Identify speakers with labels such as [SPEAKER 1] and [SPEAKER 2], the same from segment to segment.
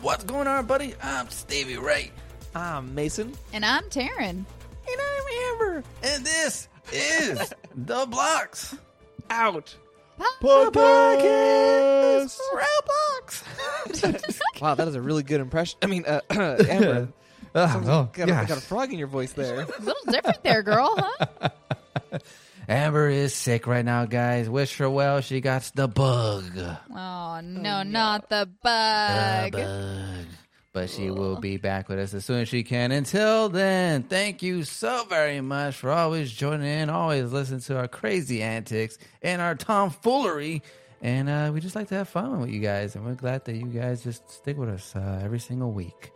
[SPEAKER 1] What's going on, buddy? I'm Stevie Ray.
[SPEAKER 2] I'm Ah, Mason.
[SPEAKER 3] And I'm Taryn.
[SPEAKER 2] And I'm Amber.
[SPEAKER 1] And this is The Blocks.
[SPEAKER 2] Out.
[SPEAKER 1] Podcast. Roblox.
[SPEAKER 2] Wow, that is a really good impression. I mean, uh, Amber.
[SPEAKER 4] Ah,
[SPEAKER 2] sounds
[SPEAKER 4] oh,
[SPEAKER 2] like you got,
[SPEAKER 4] yeah.
[SPEAKER 2] a, got a frog in your voice there.
[SPEAKER 3] A little different there, girl, huh?
[SPEAKER 1] Amber is sick right now, guys. Wish her well. She got the bug.
[SPEAKER 3] Oh, no, not the
[SPEAKER 1] The
[SPEAKER 3] bug.
[SPEAKER 1] bug. But she will be back with us as soon as she can. Until then, thank you so very much for always joining in, always listen to our crazy antics and our tomfoolery. And uh, we just like to have fun with you guys. And we're glad that you guys just stick with us uh, every single week.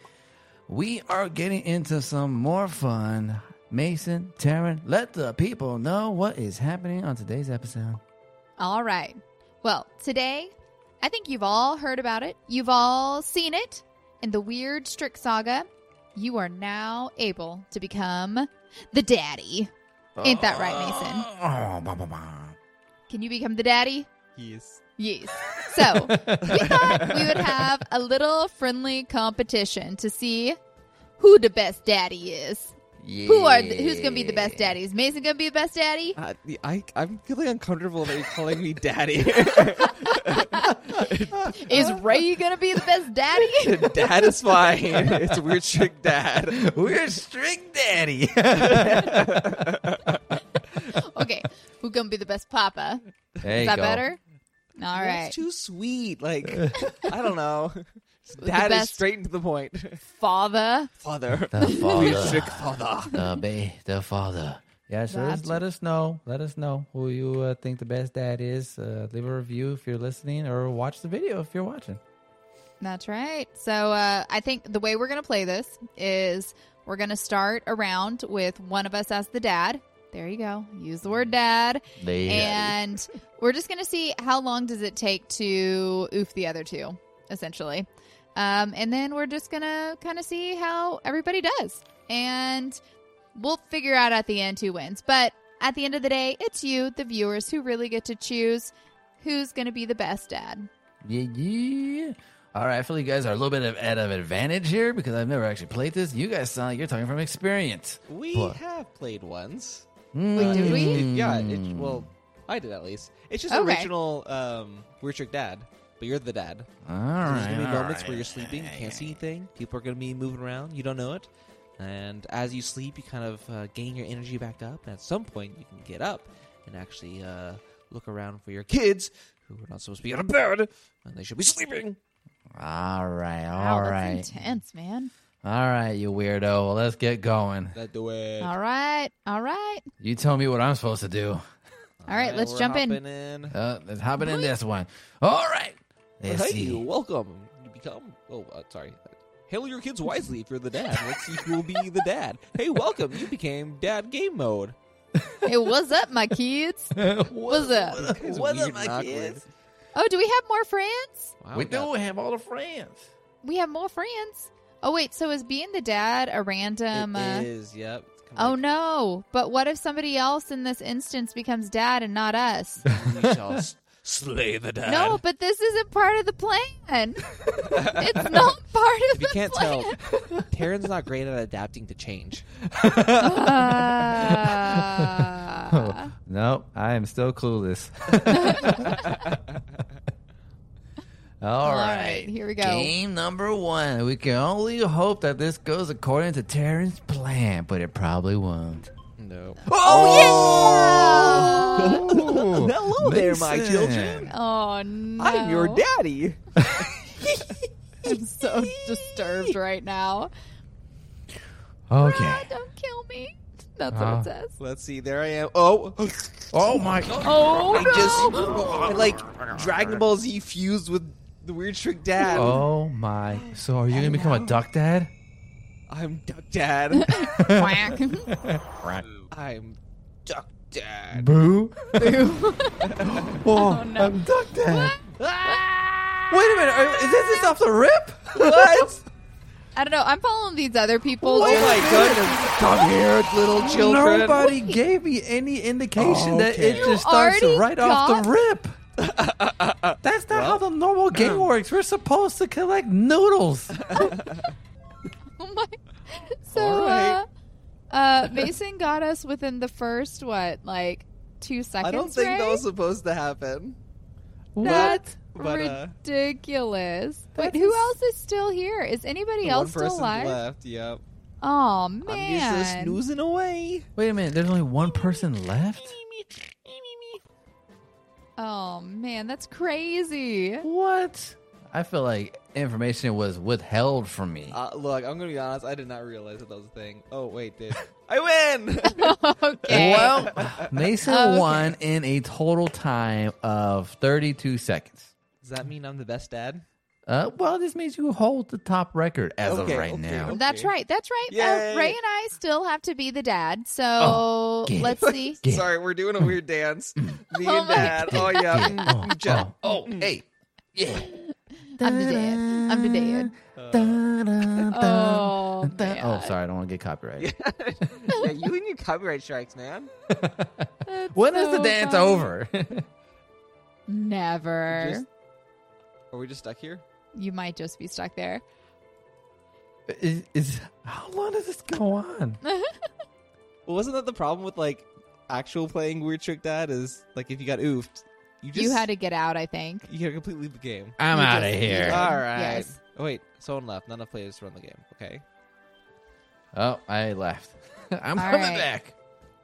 [SPEAKER 1] We are getting into some more fun. Mason, Taryn, let the people know what is happening on today's episode.
[SPEAKER 3] All right. Well, today, I think you've all heard about it. You've all seen it. In the weird Strict Saga, you are now able to become the daddy. Ain't that right, Mason?
[SPEAKER 1] Oh, bah, bah, bah.
[SPEAKER 3] Can you become the daddy?
[SPEAKER 2] Yes.
[SPEAKER 3] Yes. So we thought we would have a little friendly competition to see who the best daddy is. Who are the, who's going to be the best daddy? Is Mason going to be the best daddy?
[SPEAKER 2] Uh, I, I'm feeling uncomfortable about you calling me daddy.
[SPEAKER 3] Is Ray going to be the best daddy?
[SPEAKER 2] dad is fine. It's a weird trick, dad.
[SPEAKER 1] We're strict daddy.
[SPEAKER 3] okay, who's going to be the best papa?
[SPEAKER 1] There
[SPEAKER 3] Is
[SPEAKER 1] you
[SPEAKER 3] that
[SPEAKER 1] go.
[SPEAKER 3] better? All right.
[SPEAKER 2] That's too sweet. Like, I don't know.
[SPEAKER 3] The
[SPEAKER 2] Dad is
[SPEAKER 3] best
[SPEAKER 2] straight into the point.
[SPEAKER 3] father.
[SPEAKER 2] Father.
[SPEAKER 1] The
[SPEAKER 2] Weird
[SPEAKER 1] father.
[SPEAKER 2] trick, father.
[SPEAKER 1] the, ba- the father. Yeah, so
[SPEAKER 3] That's-
[SPEAKER 1] just let us know. Let us know who you uh, think the best dad is. Uh, leave a review if you're listening or watch the video if you're watching.
[SPEAKER 3] That's right. So uh, I think the way we're going to play this is we're going to start around with one of us as the dad. There you go. Use the word dad. and we're just gonna see how long does it take to oof the other two essentially um, and then we're just gonna kind of see how everybody does and we'll figure out at the end who wins but at the end of the day it's you the viewers who really get to choose who's gonna be the best dad
[SPEAKER 1] Yeah, yeah. All right, I feel you guys are a little bit of, at an advantage here because I've never actually played this. You guys sound like you're talking from experience.
[SPEAKER 2] We
[SPEAKER 1] What?
[SPEAKER 2] have played once. Uh,
[SPEAKER 3] Wait, did
[SPEAKER 2] it-
[SPEAKER 3] we?
[SPEAKER 2] it- yeah, it,
[SPEAKER 1] Mm.
[SPEAKER 2] well, I did at least. It's just
[SPEAKER 3] Okay.
[SPEAKER 2] original um, Weird Trick Dad, but you're the dad.
[SPEAKER 1] All
[SPEAKER 2] There's
[SPEAKER 1] right.
[SPEAKER 2] going to be
[SPEAKER 1] all
[SPEAKER 2] moments
[SPEAKER 1] right.
[SPEAKER 2] where you're sleeping, you can't see anything, people are going to be moving around, you don't know it. And as you sleep, you kind of uh, gain your energy back up, and at some point, you can get up and actually uh, look around for your kids who are not supposed to be out of bed, and they should be sleeping.
[SPEAKER 1] All right, all
[SPEAKER 3] wow that's
[SPEAKER 1] right.
[SPEAKER 3] intense man
[SPEAKER 1] All right, you weirdo. Well, let's get going.
[SPEAKER 2] That do it.
[SPEAKER 3] all right all right
[SPEAKER 1] You tell me what I'm supposed to do.
[SPEAKER 3] all right let's
[SPEAKER 2] we're
[SPEAKER 3] jump in
[SPEAKER 2] hopping in.
[SPEAKER 1] Uh, let's hop in in this one. All right. Let's
[SPEAKER 2] hey,
[SPEAKER 1] see.
[SPEAKER 2] welcome. You become. Oh, uh, sorry. Hail your kids wisely if you're the dad. Let's see who will be the dad. Hey, welcome. You became dad game mode.
[SPEAKER 3] hey what's up my kids what's up
[SPEAKER 2] That is
[SPEAKER 1] What
[SPEAKER 2] weird
[SPEAKER 1] up, my
[SPEAKER 2] and awkward.
[SPEAKER 1] kids?
[SPEAKER 3] oh do we have more friends
[SPEAKER 2] Wow,
[SPEAKER 1] Oh, We
[SPEAKER 2] got-
[SPEAKER 1] do have all the friends.
[SPEAKER 3] we have more friends oh wait so is being the dad a random uh,
[SPEAKER 2] It is. Yep. It's kinda
[SPEAKER 3] Oh
[SPEAKER 2] like,
[SPEAKER 3] no! But what if somebody else in this instance becomes dad and not us?
[SPEAKER 2] We shall s- slay the dad.
[SPEAKER 3] no, but this isn't part of the plan. it's not part
[SPEAKER 2] If
[SPEAKER 3] of
[SPEAKER 2] you
[SPEAKER 3] the
[SPEAKER 2] can't
[SPEAKER 3] plan.
[SPEAKER 2] tell, Taryn's not great at adapting to change.
[SPEAKER 3] Uh,
[SPEAKER 1] Nope, I am still clueless. All
[SPEAKER 3] All
[SPEAKER 1] right.
[SPEAKER 3] right, here we go.
[SPEAKER 1] Game number one. We can only hope that this goes according to Terrence's plan, but it probably won't.
[SPEAKER 2] No.
[SPEAKER 3] oh,
[SPEAKER 2] Hello there, my children.
[SPEAKER 3] no!
[SPEAKER 2] I'm your daddy.
[SPEAKER 3] I'm so disturbed right now.
[SPEAKER 1] Okay.
[SPEAKER 3] God, don't kill me. That's what
[SPEAKER 1] Uh,
[SPEAKER 2] Uh-huh.
[SPEAKER 3] it says.
[SPEAKER 2] Let's see. There I am. Oh,
[SPEAKER 1] Oh my god.
[SPEAKER 3] Oh
[SPEAKER 2] I
[SPEAKER 3] no!
[SPEAKER 2] just I like Dragon Ball Z fused with the Weird Trick Dad.
[SPEAKER 1] Oh my. So are you gonna become a duck dad?
[SPEAKER 2] I'm Duck Dad.
[SPEAKER 3] Quack.
[SPEAKER 2] I'm Duck Dad.
[SPEAKER 1] Boo. oh,
[SPEAKER 3] Oh, no.
[SPEAKER 1] I'm duck dad.
[SPEAKER 3] Ah!
[SPEAKER 1] Wait a minute. Are, is this just off the rip?
[SPEAKER 2] What?
[SPEAKER 3] I don't know. I'm following these other people.
[SPEAKER 2] Oh
[SPEAKER 3] They're
[SPEAKER 2] my
[SPEAKER 3] like-
[SPEAKER 2] goodness! Come here, little children.
[SPEAKER 1] Nobody gave me any indication that
[SPEAKER 2] Okay.
[SPEAKER 1] it just
[SPEAKER 3] You
[SPEAKER 1] starts
[SPEAKER 3] already
[SPEAKER 1] right off
[SPEAKER 3] got-
[SPEAKER 1] the rip. That's not
[SPEAKER 2] Well-
[SPEAKER 1] how the normal game works. We're supposed to collect noodles.
[SPEAKER 3] Oh my. So,
[SPEAKER 2] All right.
[SPEAKER 3] uh, uh, Mason got us within the first, what, like two seconds?
[SPEAKER 2] I don't think
[SPEAKER 3] right?
[SPEAKER 2] that was supposed to happen.
[SPEAKER 3] That's
[SPEAKER 2] But, uh,
[SPEAKER 3] ridiculous.
[SPEAKER 2] that's
[SPEAKER 3] Wait, who
[SPEAKER 2] ins-
[SPEAKER 3] else is still here? Is anybody
[SPEAKER 2] The
[SPEAKER 3] else
[SPEAKER 2] one person
[SPEAKER 3] still alive?
[SPEAKER 2] left. Yep.
[SPEAKER 3] Oh
[SPEAKER 2] I'm usually
[SPEAKER 3] man.
[SPEAKER 2] snoozing away.
[SPEAKER 1] Wait a minute. There's only one person left.
[SPEAKER 3] Oh man, that's crazy.
[SPEAKER 1] What? I feel like information was withheld from me.
[SPEAKER 2] Uh, look, I'm gonna be honest. I did not realize that that was a thing. Oh wait, did I win?
[SPEAKER 3] okay. Oh,
[SPEAKER 1] well, Mason
[SPEAKER 3] Okay.
[SPEAKER 1] won in a total time of 32 seconds.
[SPEAKER 2] Does that mean I'm the best dad?
[SPEAKER 1] Uh, well, this means you hold the top record as
[SPEAKER 2] Okay,
[SPEAKER 1] of right
[SPEAKER 2] okay,
[SPEAKER 1] now.
[SPEAKER 2] okay.
[SPEAKER 3] That's right. That's right.
[SPEAKER 2] Yay.
[SPEAKER 3] Uh, Ray and I still have to be the dad. So
[SPEAKER 1] Oh, get it.
[SPEAKER 3] let's see.
[SPEAKER 1] Get it.
[SPEAKER 2] Sorry, we're doing a weird dance. Me
[SPEAKER 3] Oh
[SPEAKER 2] and
[SPEAKER 3] my
[SPEAKER 2] Dad. Oh yeah.
[SPEAKER 1] Yeah.
[SPEAKER 2] Mm, mm, jump.
[SPEAKER 1] Oh, hey. Yeah.
[SPEAKER 3] I'm the dad. I'm the dad.
[SPEAKER 2] Uh,
[SPEAKER 1] Da-da-da-da-da.
[SPEAKER 3] Oh, man.
[SPEAKER 1] Oh, sorry. I don't want to get copyrighted.
[SPEAKER 2] oh. yeah, you and your copyright strikes, man.
[SPEAKER 3] That's
[SPEAKER 1] When is the
[SPEAKER 3] so
[SPEAKER 1] dance
[SPEAKER 3] funny.
[SPEAKER 1] over?
[SPEAKER 3] Never.
[SPEAKER 2] Just- Are we just stuck here?
[SPEAKER 3] You might just be stuck there.
[SPEAKER 1] is, is, how long does this go on?
[SPEAKER 2] Well, wasn't that the problem with like actual playing Weird Trick Dad? Is like if you got oofed, you just
[SPEAKER 3] you had to get out, I think.
[SPEAKER 2] you had to completely leave the game.
[SPEAKER 1] I'm
[SPEAKER 3] You
[SPEAKER 1] out of
[SPEAKER 3] just-
[SPEAKER 1] here.
[SPEAKER 3] Yeah.
[SPEAKER 2] All right.
[SPEAKER 3] Yes.
[SPEAKER 2] Oh, wait, someone left. None of players run the game. Okay.
[SPEAKER 1] Oh, I left. I'm
[SPEAKER 3] All
[SPEAKER 1] coming
[SPEAKER 3] right.
[SPEAKER 1] back.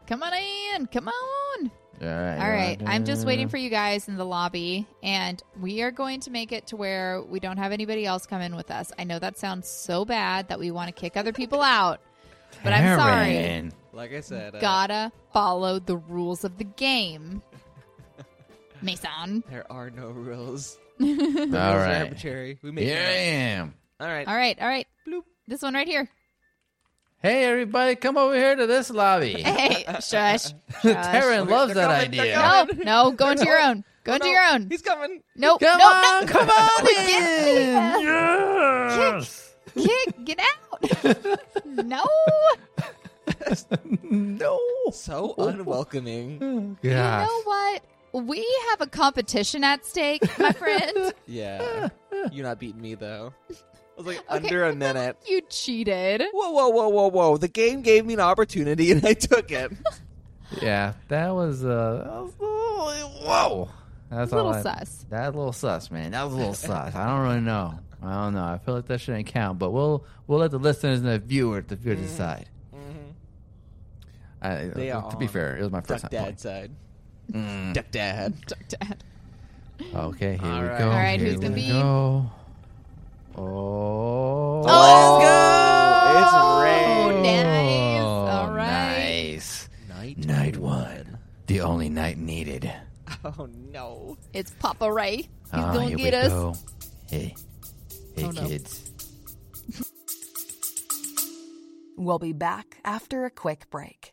[SPEAKER 3] Come on in. Come on.
[SPEAKER 1] All right.
[SPEAKER 3] All right. I'm just waiting for you guys in the lobby, and we are going to make it to where we don't have anybody else come in with us. I know that sounds so bad that we want to kick other people out, but I'm sorry.
[SPEAKER 1] Karen.
[SPEAKER 2] Like I said, uh,
[SPEAKER 3] Gotta follow the rules of the game. Mason.
[SPEAKER 2] There are no rules.
[SPEAKER 1] All
[SPEAKER 2] Rules are
[SPEAKER 1] right.
[SPEAKER 2] arbitrary. We make
[SPEAKER 1] Here I
[SPEAKER 2] it
[SPEAKER 1] am.
[SPEAKER 2] up. All right.
[SPEAKER 3] All right. All right. This one right here.
[SPEAKER 1] Hey, everybody, come over here to this lobby.
[SPEAKER 3] Hey, shush. shush.
[SPEAKER 1] Taryn loves
[SPEAKER 2] they're
[SPEAKER 1] that
[SPEAKER 2] coming,
[SPEAKER 1] idea.
[SPEAKER 2] they're coming.
[SPEAKER 3] No, no, go into your own. Go
[SPEAKER 2] Oh,
[SPEAKER 3] into
[SPEAKER 2] no,
[SPEAKER 3] your own.
[SPEAKER 2] He's coming.
[SPEAKER 3] Nope.
[SPEAKER 1] Come
[SPEAKER 3] nope,
[SPEAKER 1] on,
[SPEAKER 3] nope.
[SPEAKER 1] come on in.
[SPEAKER 3] Get in.
[SPEAKER 1] Yes.
[SPEAKER 3] Kick, get out. no.
[SPEAKER 1] no.
[SPEAKER 2] So unwelcoming.
[SPEAKER 3] You know what? We have a competition at stake, my friend.
[SPEAKER 2] yeah. You're not beating me though. I was like
[SPEAKER 3] Okay.
[SPEAKER 2] under a minute.
[SPEAKER 3] you cheated.
[SPEAKER 2] Whoa, whoa, whoa, whoa, whoa! The game gave me an opportunity, and I took it.
[SPEAKER 1] Yeah, that was uh, that was a little- whoa. That's
[SPEAKER 3] Little
[SPEAKER 1] all I-
[SPEAKER 3] sus.
[SPEAKER 1] That was a little sus, man. That was a little sus. I don't really know. I don't know. I feel like that shouldn't count, but we'll we'll let the listeners and the viewer the viewer decide. I,
[SPEAKER 2] Mm-hmm.
[SPEAKER 1] uh,
[SPEAKER 2] They are
[SPEAKER 1] to be
[SPEAKER 2] on
[SPEAKER 1] fair, it was my
[SPEAKER 2] Duck
[SPEAKER 1] first time.
[SPEAKER 2] Dad side.
[SPEAKER 1] Mm.
[SPEAKER 2] Duck Dad.
[SPEAKER 3] Dad.
[SPEAKER 1] playing. Oh, Okay, here
[SPEAKER 2] All
[SPEAKER 1] we
[SPEAKER 2] right.
[SPEAKER 1] go.
[SPEAKER 2] All
[SPEAKER 3] right,
[SPEAKER 1] here
[SPEAKER 3] who's gonna
[SPEAKER 1] we
[SPEAKER 3] be-
[SPEAKER 1] Go. Oh.
[SPEAKER 2] Oh, let's go!
[SPEAKER 3] Oh,
[SPEAKER 2] It's
[SPEAKER 3] nice. All right.
[SPEAKER 1] Nice.
[SPEAKER 2] Night.
[SPEAKER 1] Night one. The only night needed.
[SPEAKER 2] Oh no!
[SPEAKER 3] It's Papa Ray. He's
[SPEAKER 1] Ah,
[SPEAKER 3] going
[SPEAKER 1] here
[SPEAKER 3] to
[SPEAKER 1] we
[SPEAKER 3] get us.
[SPEAKER 1] Go. Hey. Hey,
[SPEAKER 3] Oh, no.
[SPEAKER 1] kids.
[SPEAKER 4] We'll be back after a quick break.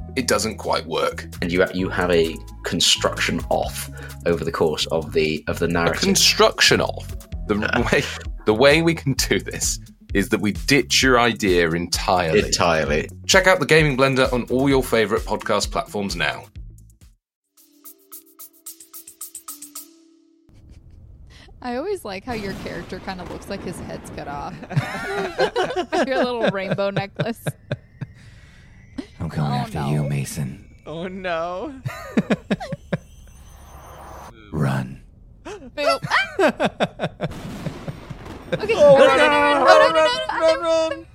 [SPEAKER 5] it doesn't quite work.
[SPEAKER 6] And you you have a construction off over the course of the of the
[SPEAKER 5] a
[SPEAKER 6] narrative.
[SPEAKER 5] construction of the way the way we can do this is that we ditch your idea entirely.
[SPEAKER 6] Entirely.
[SPEAKER 5] Check out the Gaming Blender on all your favorite podcast platforms now.
[SPEAKER 3] I always like how your character kind of looks like his head's cut off. your little rainbow necklace.
[SPEAKER 1] I'm coming
[SPEAKER 3] Oh,
[SPEAKER 1] after
[SPEAKER 3] no.
[SPEAKER 1] you, Mason.
[SPEAKER 2] Oh no!
[SPEAKER 1] Run.
[SPEAKER 3] Boop. Ah! okay.
[SPEAKER 2] Oh,
[SPEAKER 3] no,
[SPEAKER 2] run,
[SPEAKER 3] no, no, no, no, no, no, no, no,
[SPEAKER 2] run,
[SPEAKER 3] no.
[SPEAKER 2] run, run.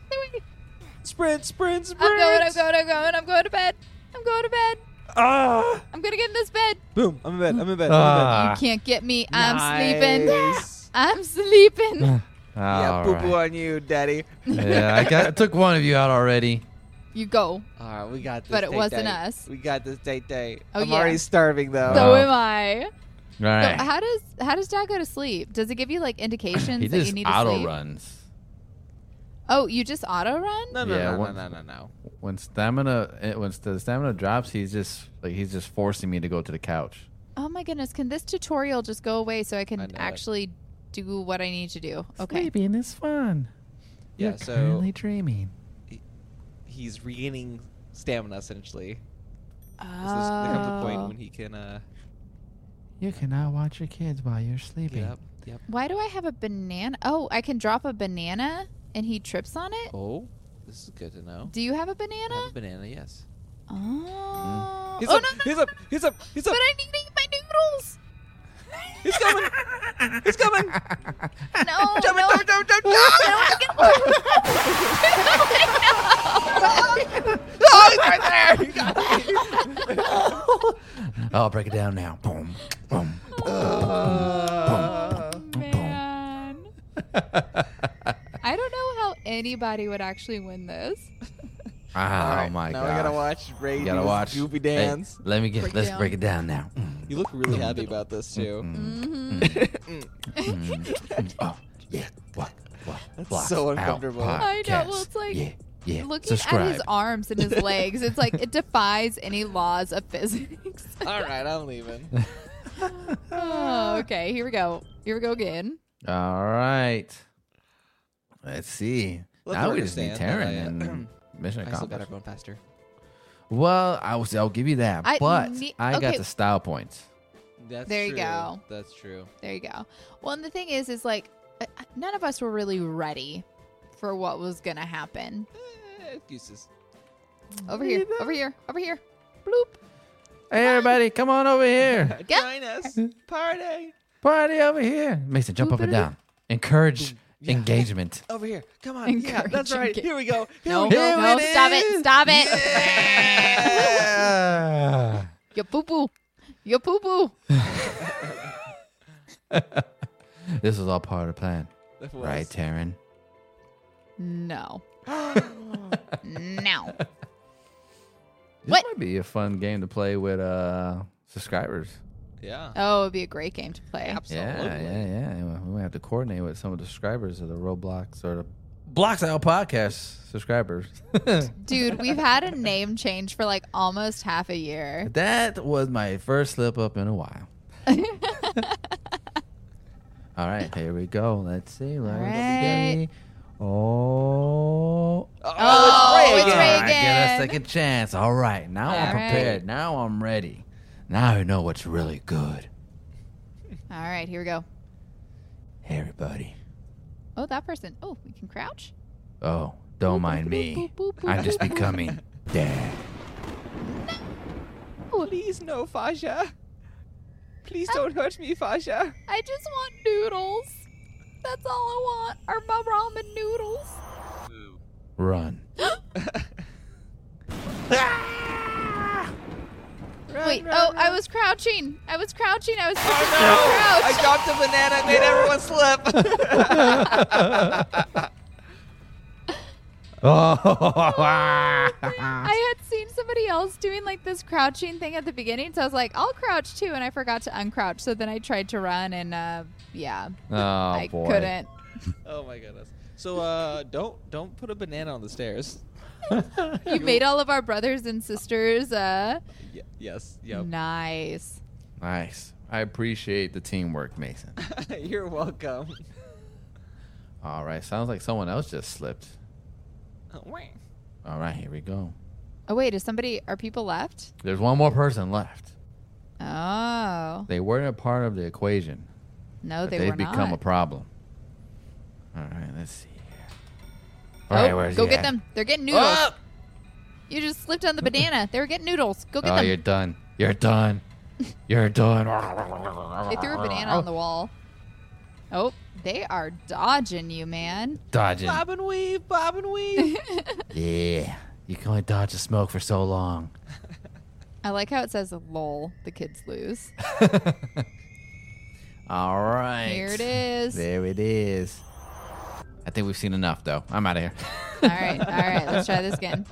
[SPEAKER 2] Sprint, sprint, sprint.
[SPEAKER 3] I'm going, I'm going, I'm going, I'm going to bed. I'm going to bed.
[SPEAKER 2] Ah.
[SPEAKER 3] I'm going to get in this bed.
[SPEAKER 2] Boom. I'm in bed. I'm in bed. I'm in bed.
[SPEAKER 1] Ah.
[SPEAKER 3] Can't get me. I'm sleeping.
[SPEAKER 2] Nice.
[SPEAKER 3] I'm sleeping.
[SPEAKER 2] Yeah,
[SPEAKER 1] All
[SPEAKER 2] poo poo
[SPEAKER 1] right.
[SPEAKER 2] on you, daddy.
[SPEAKER 1] yeah, I, got, I took one of you out already.
[SPEAKER 3] You go.
[SPEAKER 2] All right, we got this.
[SPEAKER 3] But it
[SPEAKER 2] date
[SPEAKER 3] wasn't
[SPEAKER 2] day.
[SPEAKER 3] us.
[SPEAKER 2] We got this date day.
[SPEAKER 3] Oh,
[SPEAKER 2] I'm
[SPEAKER 3] yeah.
[SPEAKER 2] already starving though.
[SPEAKER 1] So-
[SPEAKER 3] So
[SPEAKER 1] Wow.
[SPEAKER 3] am I.
[SPEAKER 1] All
[SPEAKER 3] So
[SPEAKER 1] right.
[SPEAKER 3] how does how does Dad go to sleep? Does it give you like indications
[SPEAKER 1] he
[SPEAKER 3] that
[SPEAKER 1] just
[SPEAKER 3] you need to
[SPEAKER 1] auto
[SPEAKER 3] sleep?
[SPEAKER 1] runs.
[SPEAKER 3] Oh, you just auto run?
[SPEAKER 2] No, no,
[SPEAKER 1] Yeah,
[SPEAKER 2] no,
[SPEAKER 1] one-
[SPEAKER 2] no, no, no, no.
[SPEAKER 1] When stamina, eh, when the stamina drops, he's just like he's just forcing me to go to the couch.
[SPEAKER 3] Oh my goodness, can this tutorial just go away so I can
[SPEAKER 2] I know it.
[SPEAKER 3] actually do what I need to do? Okay.
[SPEAKER 1] Sleeping is fun.
[SPEAKER 2] Yeah,
[SPEAKER 1] You're
[SPEAKER 2] so-
[SPEAKER 1] currently dreaming.
[SPEAKER 2] He's regaining stamina essentially. This is, there comes a point
[SPEAKER 3] Oh.
[SPEAKER 2] when he can uh,
[SPEAKER 1] You cannot watch your kids while you're
[SPEAKER 2] get
[SPEAKER 1] sleeping.
[SPEAKER 2] up. Yep.
[SPEAKER 3] Why do I have a banana? Oh, I can drop a banana and he trips on it?
[SPEAKER 2] Oh, this is good to know.
[SPEAKER 3] Do you have
[SPEAKER 2] I
[SPEAKER 3] a
[SPEAKER 2] have
[SPEAKER 3] banana?
[SPEAKER 2] a banana, yes.
[SPEAKER 3] Oh.
[SPEAKER 2] He's
[SPEAKER 3] oh,
[SPEAKER 2] up,
[SPEAKER 3] no, no,
[SPEAKER 2] he's up, he's up, he's
[SPEAKER 3] but
[SPEAKER 2] up,
[SPEAKER 3] I need to eat my noodles.
[SPEAKER 2] he's coming, he's coming.
[SPEAKER 3] No, no,
[SPEAKER 2] jump, jump, jump.
[SPEAKER 3] no, I can't-
[SPEAKER 2] Oh, he's right there. He got me.
[SPEAKER 1] I'll break it down now. Boom, boom.
[SPEAKER 2] Uh,
[SPEAKER 3] Man. I don't know how anybody would actually win this.
[SPEAKER 1] Oh my god!
[SPEAKER 2] now we gotta watch Ray
[SPEAKER 1] You gotta
[SPEAKER 2] do his
[SPEAKER 1] watch.
[SPEAKER 2] goofy
[SPEAKER 1] Hey,
[SPEAKER 2] dance.
[SPEAKER 1] let me get.
[SPEAKER 3] Break
[SPEAKER 1] let's
[SPEAKER 3] down.
[SPEAKER 1] break it down now.
[SPEAKER 2] You look
[SPEAKER 1] Mm-hmm.
[SPEAKER 2] really happy about this too. Mm-hmm.
[SPEAKER 1] Oh yeah. What? What? Blocks
[SPEAKER 2] so
[SPEAKER 1] out
[SPEAKER 2] uncomfortable.
[SPEAKER 3] I know, well,
[SPEAKER 1] podcast.
[SPEAKER 3] it's like,
[SPEAKER 1] Yeah. Yeah.
[SPEAKER 3] Looking
[SPEAKER 1] Subscribe.
[SPEAKER 3] at his arms and his legs, it's like it defies any laws of physics.
[SPEAKER 2] All right, I'm leaving.
[SPEAKER 3] oh, okay, here we go. Here we go again.
[SPEAKER 1] All right. Let's see.
[SPEAKER 2] Let
[SPEAKER 1] now
[SPEAKER 2] her
[SPEAKER 1] we just need Taryn
[SPEAKER 2] understand that I, uh,
[SPEAKER 1] and mission
[SPEAKER 2] I still got
[SPEAKER 1] accomplished.
[SPEAKER 2] everyone faster.
[SPEAKER 1] Well, I will. I'll give you that,
[SPEAKER 3] I
[SPEAKER 1] but
[SPEAKER 3] ne-
[SPEAKER 1] I got
[SPEAKER 3] okay.
[SPEAKER 1] the style points.
[SPEAKER 2] That's
[SPEAKER 3] There you
[SPEAKER 2] true.
[SPEAKER 3] go.
[SPEAKER 2] That's true.
[SPEAKER 3] There you go. Well, and the thing is, is like uh, uh, none of us were really ready for what was gonna happen.
[SPEAKER 2] Eh, excuses.
[SPEAKER 3] Over here, over here, over here. Bloop.
[SPEAKER 1] Hey, everybody, come on over here.
[SPEAKER 2] Uh,
[SPEAKER 3] Get-
[SPEAKER 2] Join us. Party.
[SPEAKER 1] Party over here. Mason, jump up and down. Encourage engagement.
[SPEAKER 2] Over here. Come on. Yeah, that's right.
[SPEAKER 3] Encouraging.
[SPEAKER 2] Here we go. Here
[SPEAKER 3] No,
[SPEAKER 2] we go.
[SPEAKER 1] Here
[SPEAKER 3] no,
[SPEAKER 1] it
[SPEAKER 3] stop
[SPEAKER 1] is.
[SPEAKER 3] it, stop it.
[SPEAKER 1] Yeah.
[SPEAKER 3] Yo poo poo. Yo poo poo.
[SPEAKER 1] this is all part of the plan,
[SPEAKER 2] That was-
[SPEAKER 1] right, Taryn?
[SPEAKER 3] No. no.
[SPEAKER 1] This
[SPEAKER 3] What?
[SPEAKER 1] might be a fun game to play with uh subscribers.
[SPEAKER 2] Yeah.
[SPEAKER 3] Oh, it'd be a great game to play.
[SPEAKER 1] Yeah, yeah, yeah. Well, We might have to coordinate with some of the subscribers of the Roblox or the Blocks Out podcast subscribers.
[SPEAKER 3] Dude, we've had a name change for like almost half a year.
[SPEAKER 1] that was my first slip up in a while. All right, here we go. Let's see. All
[SPEAKER 3] right.
[SPEAKER 1] Oh.
[SPEAKER 3] Oh, it's
[SPEAKER 1] All right,
[SPEAKER 3] Reagan.
[SPEAKER 1] give us a second chance. All right, now I'm
[SPEAKER 3] All right.
[SPEAKER 1] prepared. Now I'm ready. Now I know what's really good.
[SPEAKER 3] All right, here we go.
[SPEAKER 1] Hey, everybody.
[SPEAKER 3] Oh, that person. Oh, we can crouch.
[SPEAKER 1] Oh, don't mind me.
[SPEAKER 3] boop, boop, boop,
[SPEAKER 1] I'm just
[SPEAKER 3] boop, boop.
[SPEAKER 1] becoming dad.
[SPEAKER 2] Please no, Fasha. Please don't hurt me, Fasha.
[SPEAKER 3] I just want noodles. That's all I want are my ramen noodles.
[SPEAKER 1] Run.
[SPEAKER 3] Wait, oh, I was crouching. I was crouching. I was
[SPEAKER 1] Oh,
[SPEAKER 3] supposed to
[SPEAKER 2] I dropped a
[SPEAKER 3] crouch.
[SPEAKER 2] banana and made everyone slip.
[SPEAKER 1] Oh.
[SPEAKER 3] I had seen somebody else doing like this crouching thing at the beginning, so I was like, I'll crouch too, and I forgot to uncrouch. So then I tried to run, and uh, yeah, I
[SPEAKER 1] Oh, boy.
[SPEAKER 3] couldn't.
[SPEAKER 2] oh my goodness. So uh, don't don't put a banana on the stairs.
[SPEAKER 3] You made all of our brothers and sisters. Uh,
[SPEAKER 2] Y- yes. Yep.
[SPEAKER 3] nice.
[SPEAKER 1] Nice. I appreciate the teamwork, Mason.
[SPEAKER 2] You're welcome.
[SPEAKER 1] All right, sounds like someone else just slipped.
[SPEAKER 2] All
[SPEAKER 1] All right, here we go.
[SPEAKER 3] Oh wait, is somebody? Are people left?
[SPEAKER 1] There's one more person left.
[SPEAKER 3] Oh
[SPEAKER 1] They weren't a part of the equation.
[SPEAKER 3] no,
[SPEAKER 1] but
[SPEAKER 3] Oh, they
[SPEAKER 1] they've
[SPEAKER 3] were
[SPEAKER 1] become a
[SPEAKER 3] not.
[SPEAKER 1] problem. All right, let's see. here. All
[SPEAKER 3] oh,
[SPEAKER 1] right, where's
[SPEAKER 3] go
[SPEAKER 1] he
[SPEAKER 3] get
[SPEAKER 1] at?
[SPEAKER 3] them. They're getting noodles.
[SPEAKER 1] Oh,
[SPEAKER 3] You just slipped on the banana. they were getting noodles. Go get
[SPEAKER 1] oh,
[SPEAKER 3] them.
[SPEAKER 1] you're done. You're done. You're done.
[SPEAKER 3] They threw a banana on the wall. Oh, they are dodging you, man.
[SPEAKER 1] Dodging.
[SPEAKER 2] Bob and weave, bob and weave.
[SPEAKER 1] Yeah. You can only dodge the smoke for so long.
[SPEAKER 3] I like how it says "lol." The kids lose.
[SPEAKER 1] All right.
[SPEAKER 3] Here it is.
[SPEAKER 1] There it is. I think we've seen enough, though. I'm out of here.
[SPEAKER 3] All right, all right. Let's try this again.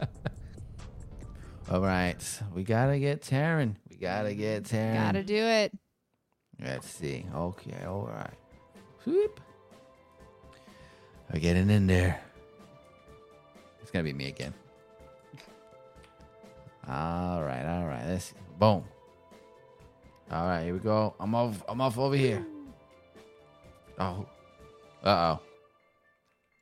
[SPEAKER 1] All right. We got to get Taryn. We got to get Taryn.
[SPEAKER 3] Gotta do it.
[SPEAKER 1] Let's see. Okay, all right. Whoop. We're getting in there. gonna be me again. All right, all right. Let's boom. All right, here we go. I'm off. I'm off over here. Oh, uh oh.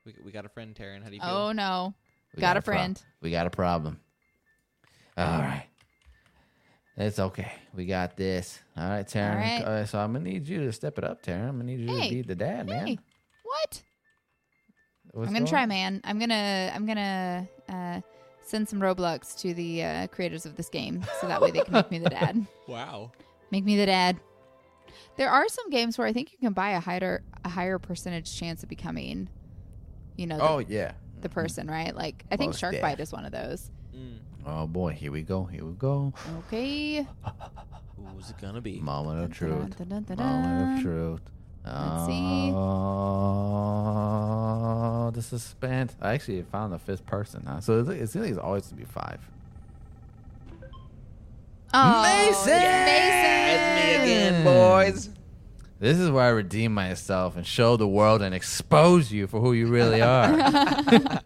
[SPEAKER 2] We, we got a friend, Taryn. How do you feel?
[SPEAKER 3] Oh no. Got a
[SPEAKER 1] prob-
[SPEAKER 3] friend.
[SPEAKER 1] we got a problem. All right. It's okay. We got this. All right, Taryn.
[SPEAKER 3] All right.
[SPEAKER 1] uh, so I'm gonna need you to step it up, Taryn. I'm gonna need you
[SPEAKER 3] Hey.
[SPEAKER 1] to be the dad, man.
[SPEAKER 3] Hey, what?
[SPEAKER 1] What's
[SPEAKER 3] I'm gonna
[SPEAKER 1] going
[SPEAKER 3] try,
[SPEAKER 1] on?
[SPEAKER 3] man. I'm gonna I'm gonna uh, send some Roblox to the uh, creators of this game, so that way they can make me the dad.
[SPEAKER 2] Wow.
[SPEAKER 3] Make me the dad. There are some games where I think you can buy a higher a higher percentage chance of becoming, you know, the,
[SPEAKER 1] Oh yeah.
[SPEAKER 3] the person, right? Like I think
[SPEAKER 1] Most
[SPEAKER 3] Shark
[SPEAKER 1] def.
[SPEAKER 3] Bite is one of those.
[SPEAKER 2] Mm.
[SPEAKER 1] Oh boy, here we go. Here we go.
[SPEAKER 3] Okay.
[SPEAKER 2] Who's it gonna be?
[SPEAKER 1] Moment of truth.
[SPEAKER 3] Dun, dun, dun,
[SPEAKER 1] Moment of
[SPEAKER 3] dun.
[SPEAKER 1] truth.
[SPEAKER 3] Let's see.
[SPEAKER 1] Oh, the suspense. I actually found the fifth person. Huh? So it's, it seems like it's always to be five.
[SPEAKER 3] Oh,
[SPEAKER 1] Mason!
[SPEAKER 3] It's Mason!
[SPEAKER 2] It's me again, boys.
[SPEAKER 1] This is where I redeem myself and show the world and expose you for who you really are.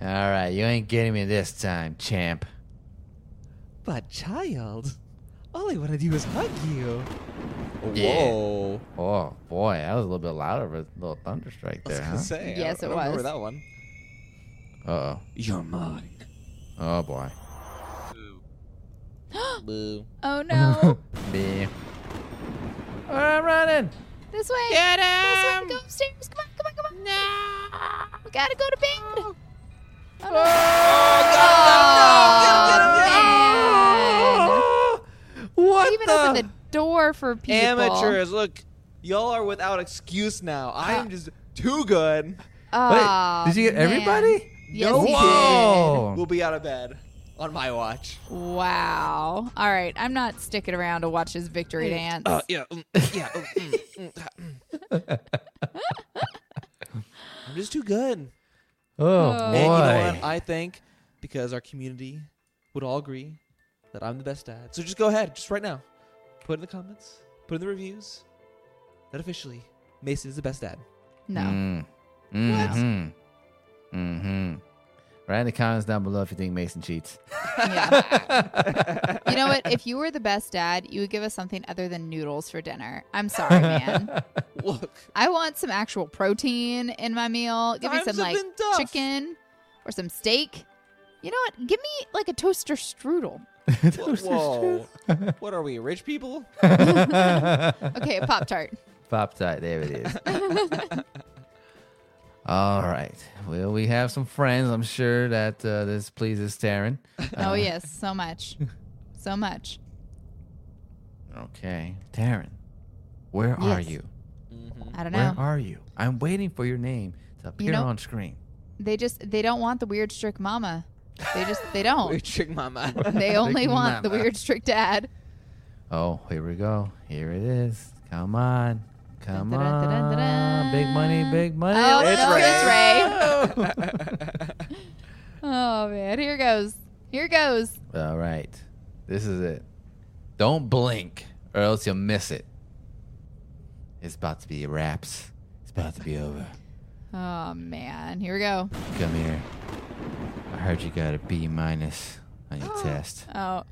[SPEAKER 1] All right, you ain't getting me this time, champ.
[SPEAKER 2] But child, all I want to do is hug you.
[SPEAKER 1] Yeah.
[SPEAKER 2] Whoa.
[SPEAKER 1] Oh boy, that was a little bit louder of a little thunderstrike there, huh?
[SPEAKER 2] say.
[SPEAKER 3] Yes,
[SPEAKER 2] I
[SPEAKER 3] it
[SPEAKER 2] don't remember
[SPEAKER 3] was.
[SPEAKER 2] that one.
[SPEAKER 1] Uh oh.
[SPEAKER 6] You're mine.
[SPEAKER 1] Oh boy.
[SPEAKER 2] Boo.
[SPEAKER 3] Oh no!
[SPEAKER 1] Bee. I'm running.
[SPEAKER 3] this way!
[SPEAKER 1] Get
[SPEAKER 3] This
[SPEAKER 1] him.
[SPEAKER 3] way! Go upstairs! Come on! Come on! Come on! No! We gotta go to bed. Oh, no. Oh,
[SPEAKER 1] What
[SPEAKER 3] man. Even
[SPEAKER 1] the?
[SPEAKER 3] open the door for people.
[SPEAKER 2] Amateurs, look, y'all are without excuse now. I am just too good.
[SPEAKER 3] Oh,
[SPEAKER 1] Wait, did you get
[SPEAKER 3] man.
[SPEAKER 1] everybody?
[SPEAKER 3] Yes,
[SPEAKER 2] No
[SPEAKER 3] he
[SPEAKER 2] one.
[SPEAKER 1] Oh.
[SPEAKER 2] We'll be out of bed on my watch.
[SPEAKER 3] did. Wow. All right, I'm not sticking around to watch his victory dance.
[SPEAKER 2] yeah, um, yeah. mm, I'm just too good.
[SPEAKER 1] Oh
[SPEAKER 3] And
[SPEAKER 1] boy.
[SPEAKER 2] And you know what? I think because our community would all agree that I'm the best dad. So just go ahead, just right now. Put in the comments, put in the reviews that officially Mason is the best dad.
[SPEAKER 3] No.
[SPEAKER 1] Mm. Mm-hmm. Mm-hmm. Write in the comments down below if you think Mason cheats.
[SPEAKER 3] Yeah. you know what? If you were the best dad, you would give us something other than noodles for dinner. I'm sorry, man.
[SPEAKER 2] Look,
[SPEAKER 3] I want some actual protein in my meal. Give
[SPEAKER 2] Times
[SPEAKER 3] me some
[SPEAKER 2] have
[SPEAKER 3] like
[SPEAKER 2] been tough.
[SPEAKER 3] chicken or some steak. You know what? Give me like a toaster strudel.
[SPEAKER 2] wh- whoa. what are we, rich people?
[SPEAKER 3] Okay, a pop tart.
[SPEAKER 1] Pop tight, there it is. All right. Well, we have some friends. I'm sure that uh, this pleases Taryn.
[SPEAKER 2] Uh-huh.
[SPEAKER 3] oh yes, so much, so much.
[SPEAKER 1] Uh, Okay, Taryn, where are
[SPEAKER 3] Yes.
[SPEAKER 1] you?
[SPEAKER 2] Mm-hmm.
[SPEAKER 3] I don't
[SPEAKER 1] Where
[SPEAKER 3] know.
[SPEAKER 1] are you? I'm waiting for your name to appear
[SPEAKER 3] know-
[SPEAKER 1] on screen.
[SPEAKER 3] they just they don't want the weird strict mama. They just they don't.
[SPEAKER 2] Weird trick mama.
[SPEAKER 3] They only
[SPEAKER 1] strict
[SPEAKER 3] want the
[SPEAKER 1] mama.
[SPEAKER 3] weird strict dad.
[SPEAKER 1] Oh, here we go. Here it is. Come on. Come
[SPEAKER 3] Dun, dun, dun, dun, dun,
[SPEAKER 1] on. Big money,
[SPEAKER 3] dun.
[SPEAKER 1] big money.
[SPEAKER 3] Oh,
[SPEAKER 1] Let's
[SPEAKER 3] no, it's
[SPEAKER 1] go.
[SPEAKER 3] Oh man, here goes. Here goes.
[SPEAKER 1] All right. This is it. Don't blink or else you'll miss it. It's about to be wraps. It's about to be over.
[SPEAKER 3] Oh man, here we go.
[SPEAKER 1] Come here. I heard you got a B minus on your test.
[SPEAKER 3] Oh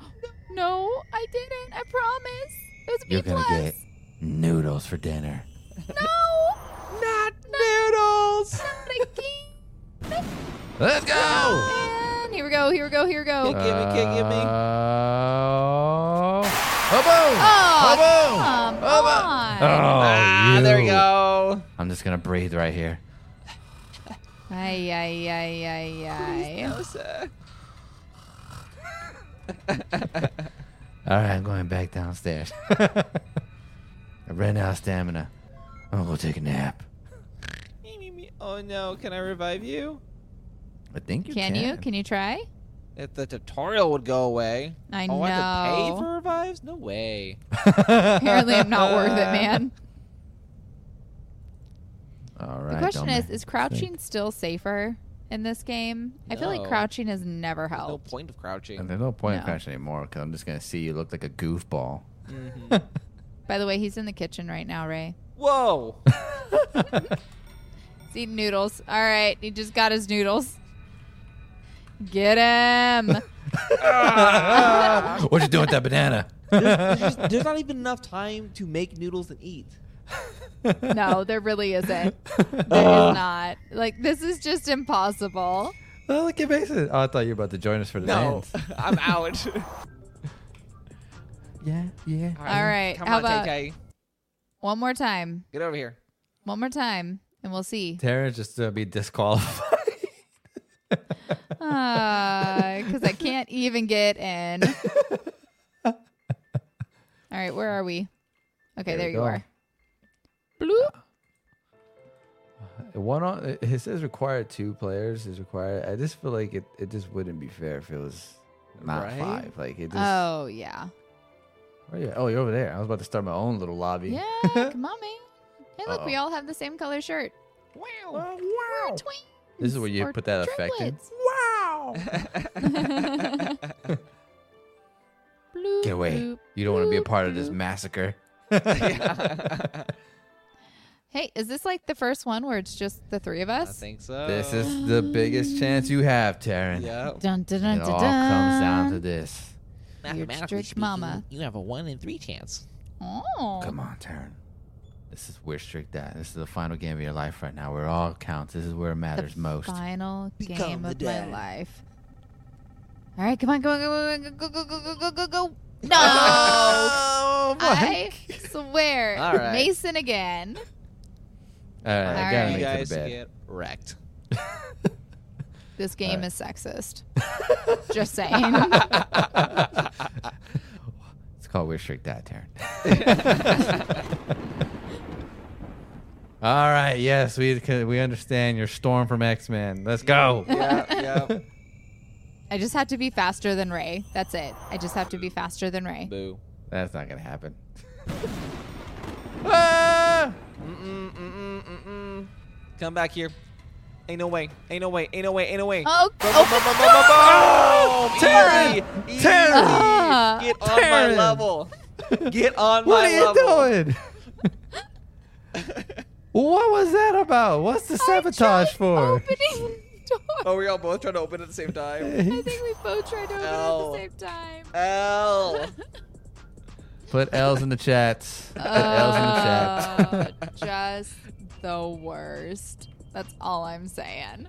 [SPEAKER 3] no, I didn't. I promise. It was a B
[SPEAKER 1] You're gonna
[SPEAKER 3] plus.
[SPEAKER 1] get noodles for dinner.
[SPEAKER 3] No, not noodles. Oh. Not again.
[SPEAKER 1] Let's go!
[SPEAKER 3] And here we go. Here we go. Here we go.
[SPEAKER 2] Kick Gimme, kick, gimme.
[SPEAKER 1] Uh, Oh, oh boom! oh,
[SPEAKER 3] Oh,
[SPEAKER 1] boom!
[SPEAKER 3] come
[SPEAKER 1] oh, boom!
[SPEAKER 3] on.
[SPEAKER 1] Oh,
[SPEAKER 2] ah, there we
[SPEAKER 1] you.
[SPEAKER 2] go.
[SPEAKER 1] I'm just gonna breathe right here.
[SPEAKER 3] Ay ay ay ay ay.
[SPEAKER 1] All right, I'm going back downstairs. I ran out of stamina. I'm gonna go take a nap.
[SPEAKER 2] Me, me, me. Oh no, can I revive you?
[SPEAKER 1] I think you
[SPEAKER 3] Can
[SPEAKER 1] can.
[SPEAKER 3] you? Can you try?
[SPEAKER 2] If the tutorial would go away.
[SPEAKER 3] I
[SPEAKER 2] oh, I have to
[SPEAKER 3] know.
[SPEAKER 2] pay for revives? No way.
[SPEAKER 3] Apparently, I'm not worth it, man.
[SPEAKER 1] All right.
[SPEAKER 3] The question
[SPEAKER 1] don't
[SPEAKER 3] is:
[SPEAKER 1] ma-
[SPEAKER 3] Is crouching still safer in this game? I feel like
[SPEAKER 2] No.
[SPEAKER 3] crouching has never
[SPEAKER 2] There's no
[SPEAKER 3] helped.
[SPEAKER 2] point of
[SPEAKER 1] And
[SPEAKER 2] crouching.
[SPEAKER 1] there's no point in
[SPEAKER 3] No.
[SPEAKER 1] crashing anymore because I'm just gonna see you look like a goofball.
[SPEAKER 3] By the way, he's in the kitchen right now, Ray.
[SPEAKER 2] Whoa.
[SPEAKER 3] He's eating noodles. All right, he just got his noodles. Get him.
[SPEAKER 1] what you doing with that banana?
[SPEAKER 2] There's, there's just- there's not even enough time to make noodles and eat.
[SPEAKER 3] no, there really isn't. There is not. Like this is just impossible.
[SPEAKER 1] Oh, look at Mason. Oh, I thought you were about to join us for the dance.
[SPEAKER 2] I'm out. All
[SPEAKER 1] Yeah, yeah.
[SPEAKER 3] All right,
[SPEAKER 2] Come
[SPEAKER 3] how
[SPEAKER 2] on,
[SPEAKER 3] about-
[SPEAKER 2] KK.
[SPEAKER 3] One more time.
[SPEAKER 2] Get over here.
[SPEAKER 3] One more time, and we'll see.
[SPEAKER 1] Tara just uh, be disqualified.
[SPEAKER 3] Because Ah, I can't even get in. All right, where are we? Okay, there,
[SPEAKER 1] we
[SPEAKER 3] you
[SPEAKER 1] go.
[SPEAKER 3] are. Bloop.
[SPEAKER 1] One on it- it says required two players is required. I just feel like it, it just wouldn't be fair if it was not
[SPEAKER 2] Right?
[SPEAKER 1] five. Like it just
[SPEAKER 3] Oh yeah,
[SPEAKER 1] Where you at? oh you're over there. I was about to start my own little lobby.
[SPEAKER 3] yeah. Come on, man. Hey, look, we
[SPEAKER 1] Uh-oh.
[SPEAKER 3] all have the same color shirt.
[SPEAKER 1] Wow.
[SPEAKER 3] We're
[SPEAKER 1] Wow.
[SPEAKER 3] twins.
[SPEAKER 1] This is where you
[SPEAKER 3] or
[SPEAKER 1] put that effect in.
[SPEAKER 3] triplets.
[SPEAKER 1] Wow.
[SPEAKER 3] Bloop,
[SPEAKER 1] Get away.
[SPEAKER 3] bloop,
[SPEAKER 1] You don't want to be a
[SPEAKER 3] bloop,
[SPEAKER 1] part of this
[SPEAKER 3] bloop.
[SPEAKER 1] massacre.
[SPEAKER 3] Hey, is this like the first one where it's just the three of
[SPEAKER 2] I
[SPEAKER 3] us?
[SPEAKER 2] think so.
[SPEAKER 1] This is the biggest chance you have, Taryn.
[SPEAKER 2] Yeah.
[SPEAKER 3] Dun, dun, dun,
[SPEAKER 1] It
[SPEAKER 3] dun,
[SPEAKER 1] all comes down to
[SPEAKER 3] dun.
[SPEAKER 1] this.
[SPEAKER 2] Mathematically
[SPEAKER 3] strict mama.
[SPEAKER 2] speaking, You have a one in three chance.
[SPEAKER 3] Oh.
[SPEAKER 1] Come on, Taryn. This is we're strict that. This is the final game of your life right now. Where it all counts. This is where it matters most.
[SPEAKER 3] Final
[SPEAKER 2] Become
[SPEAKER 3] game
[SPEAKER 2] the
[SPEAKER 3] of my
[SPEAKER 2] dad.
[SPEAKER 3] life. All right, come on, come on, come on, go, go, go, go, go, go, go. No,
[SPEAKER 1] Oh,
[SPEAKER 3] I swear,
[SPEAKER 2] All right.
[SPEAKER 3] Mason again.
[SPEAKER 1] All right, I gotta
[SPEAKER 3] Alright.
[SPEAKER 1] make it
[SPEAKER 2] you guys
[SPEAKER 1] to bed.
[SPEAKER 2] get wrecked.
[SPEAKER 3] This game
[SPEAKER 1] right.
[SPEAKER 3] is sexist. Just saying.
[SPEAKER 1] It's called We're Strict That, Taryn. All right, yes, we we understand your storm from X Men. Let's go.
[SPEAKER 2] yeah, yeah.
[SPEAKER 3] I just have to be faster than Ray. That's it. I just have to be faster than Ray.
[SPEAKER 2] Boo.
[SPEAKER 1] That's not gonna happen. Ah!
[SPEAKER 2] Mm-mm, mm-mm, mm-mm. Come back here. Ain't no way. Ain't no way. Ain't no way. Ain't no way.
[SPEAKER 3] Oh,
[SPEAKER 2] Boom,
[SPEAKER 3] oh,
[SPEAKER 1] Oh,
[SPEAKER 2] boom, boom, boom, boom, boom.
[SPEAKER 1] Tara!
[SPEAKER 2] Easy,
[SPEAKER 1] Tara!
[SPEAKER 3] Ah,
[SPEAKER 2] easy. Get on my
[SPEAKER 1] Tara!
[SPEAKER 2] level. Get on my
[SPEAKER 1] What are you
[SPEAKER 2] level.
[SPEAKER 1] doing? what was that about? What's the sabotage
[SPEAKER 3] tried
[SPEAKER 1] for?
[SPEAKER 3] Opening the door.
[SPEAKER 2] Oh, we all both trying to open at the same time.
[SPEAKER 3] I think we both tried to open
[SPEAKER 2] Ow.
[SPEAKER 3] it at the same time.
[SPEAKER 2] L.
[SPEAKER 1] Put L's in the chats. Put L's in the chat.
[SPEAKER 3] Oh, just the worst. That's all I'm saying.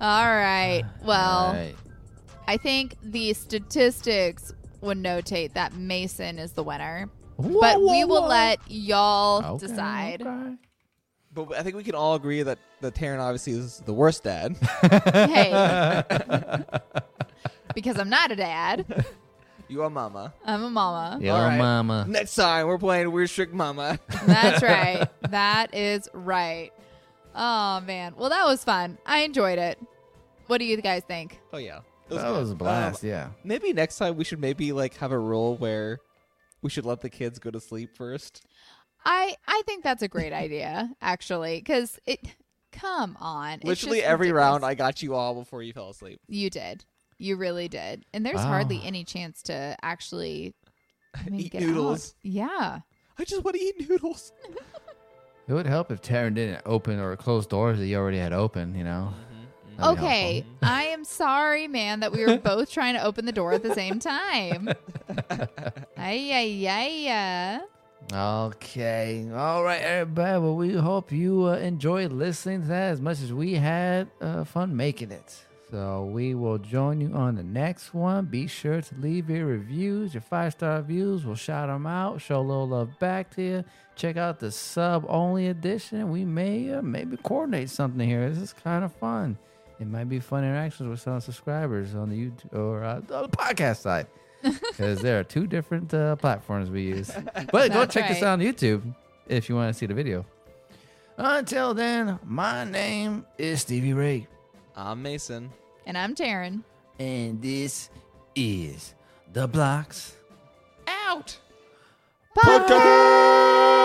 [SPEAKER 3] All right. Well,
[SPEAKER 1] All right.
[SPEAKER 3] I think the statistics would notate that Mason is the winner,
[SPEAKER 1] Whoa,
[SPEAKER 3] but we
[SPEAKER 1] whoa,
[SPEAKER 3] will
[SPEAKER 1] whoa.
[SPEAKER 3] let y'all
[SPEAKER 1] Okay,
[SPEAKER 3] decide.
[SPEAKER 1] okay.
[SPEAKER 2] But I think we can all agree that that Taryn obviously is the worst dad.
[SPEAKER 3] Hey, because I'm not a dad,
[SPEAKER 2] you are mama.
[SPEAKER 3] I'm a mama.
[SPEAKER 1] Yo,
[SPEAKER 2] All right.
[SPEAKER 1] mama.
[SPEAKER 2] Next time we're playing Weird Strict Mama.
[SPEAKER 3] That's right. That is right. Oh man. Well, that was fun. I enjoyed it. What do you guys think?
[SPEAKER 2] oh yeah, It
[SPEAKER 1] That
[SPEAKER 2] good.
[SPEAKER 1] was a blast. yeah.
[SPEAKER 2] Um, maybe next time we should maybe like have a rule where we should let the kids go to sleep first.
[SPEAKER 3] I I think that's a great idea, actually, because it. Come on, It's
[SPEAKER 2] Literally
[SPEAKER 3] just
[SPEAKER 2] every
[SPEAKER 3] ridiculous.
[SPEAKER 2] round, I got you all before you fell asleep.
[SPEAKER 3] you did, you really did, and there's
[SPEAKER 1] Wow.
[SPEAKER 3] hardly any chance to actually I mean,
[SPEAKER 2] Eat
[SPEAKER 3] get
[SPEAKER 2] noodles.
[SPEAKER 3] Out. Yeah,
[SPEAKER 2] I just want to eat noodles.
[SPEAKER 1] It would help if Taryn didn't open or close doors that you already had open, you know? That'd be
[SPEAKER 3] Okay, I am sorry, man, that we were both trying to open the door at the same time. ay, ay, ay, uh, ay.
[SPEAKER 1] helpful. Okay. All right, everybody. Well, we hope you uh, enjoyed listening to that as much as we had uh, fun making it. So we will join you on the next one. Be sure to leave your reviews, your five star reviews. We'll shout them out, show a little love back to you. Check out the sub only edition. We may uh, maybe coordinate something here. This is kind of fun. It might be fun interactions with some subscribers on the YouTube or uh, on the podcast side. because there are two different uh, platforms we use. But go
[SPEAKER 3] That's
[SPEAKER 1] check this
[SPEAKER 3] right.
[SPEAKER 1] out on YouTube if you want to see the video. Until then, my name is Stevie Ray,
[SPEAKER 2] I'm Mason.
[SPEAKER 3] And I'm Taryn.
[SPEAKER 1] and this is the Blocks
[SPEAKER 2] Out.
[SPEAKER 3] Bye.
[SPEAKER 1] Podcast.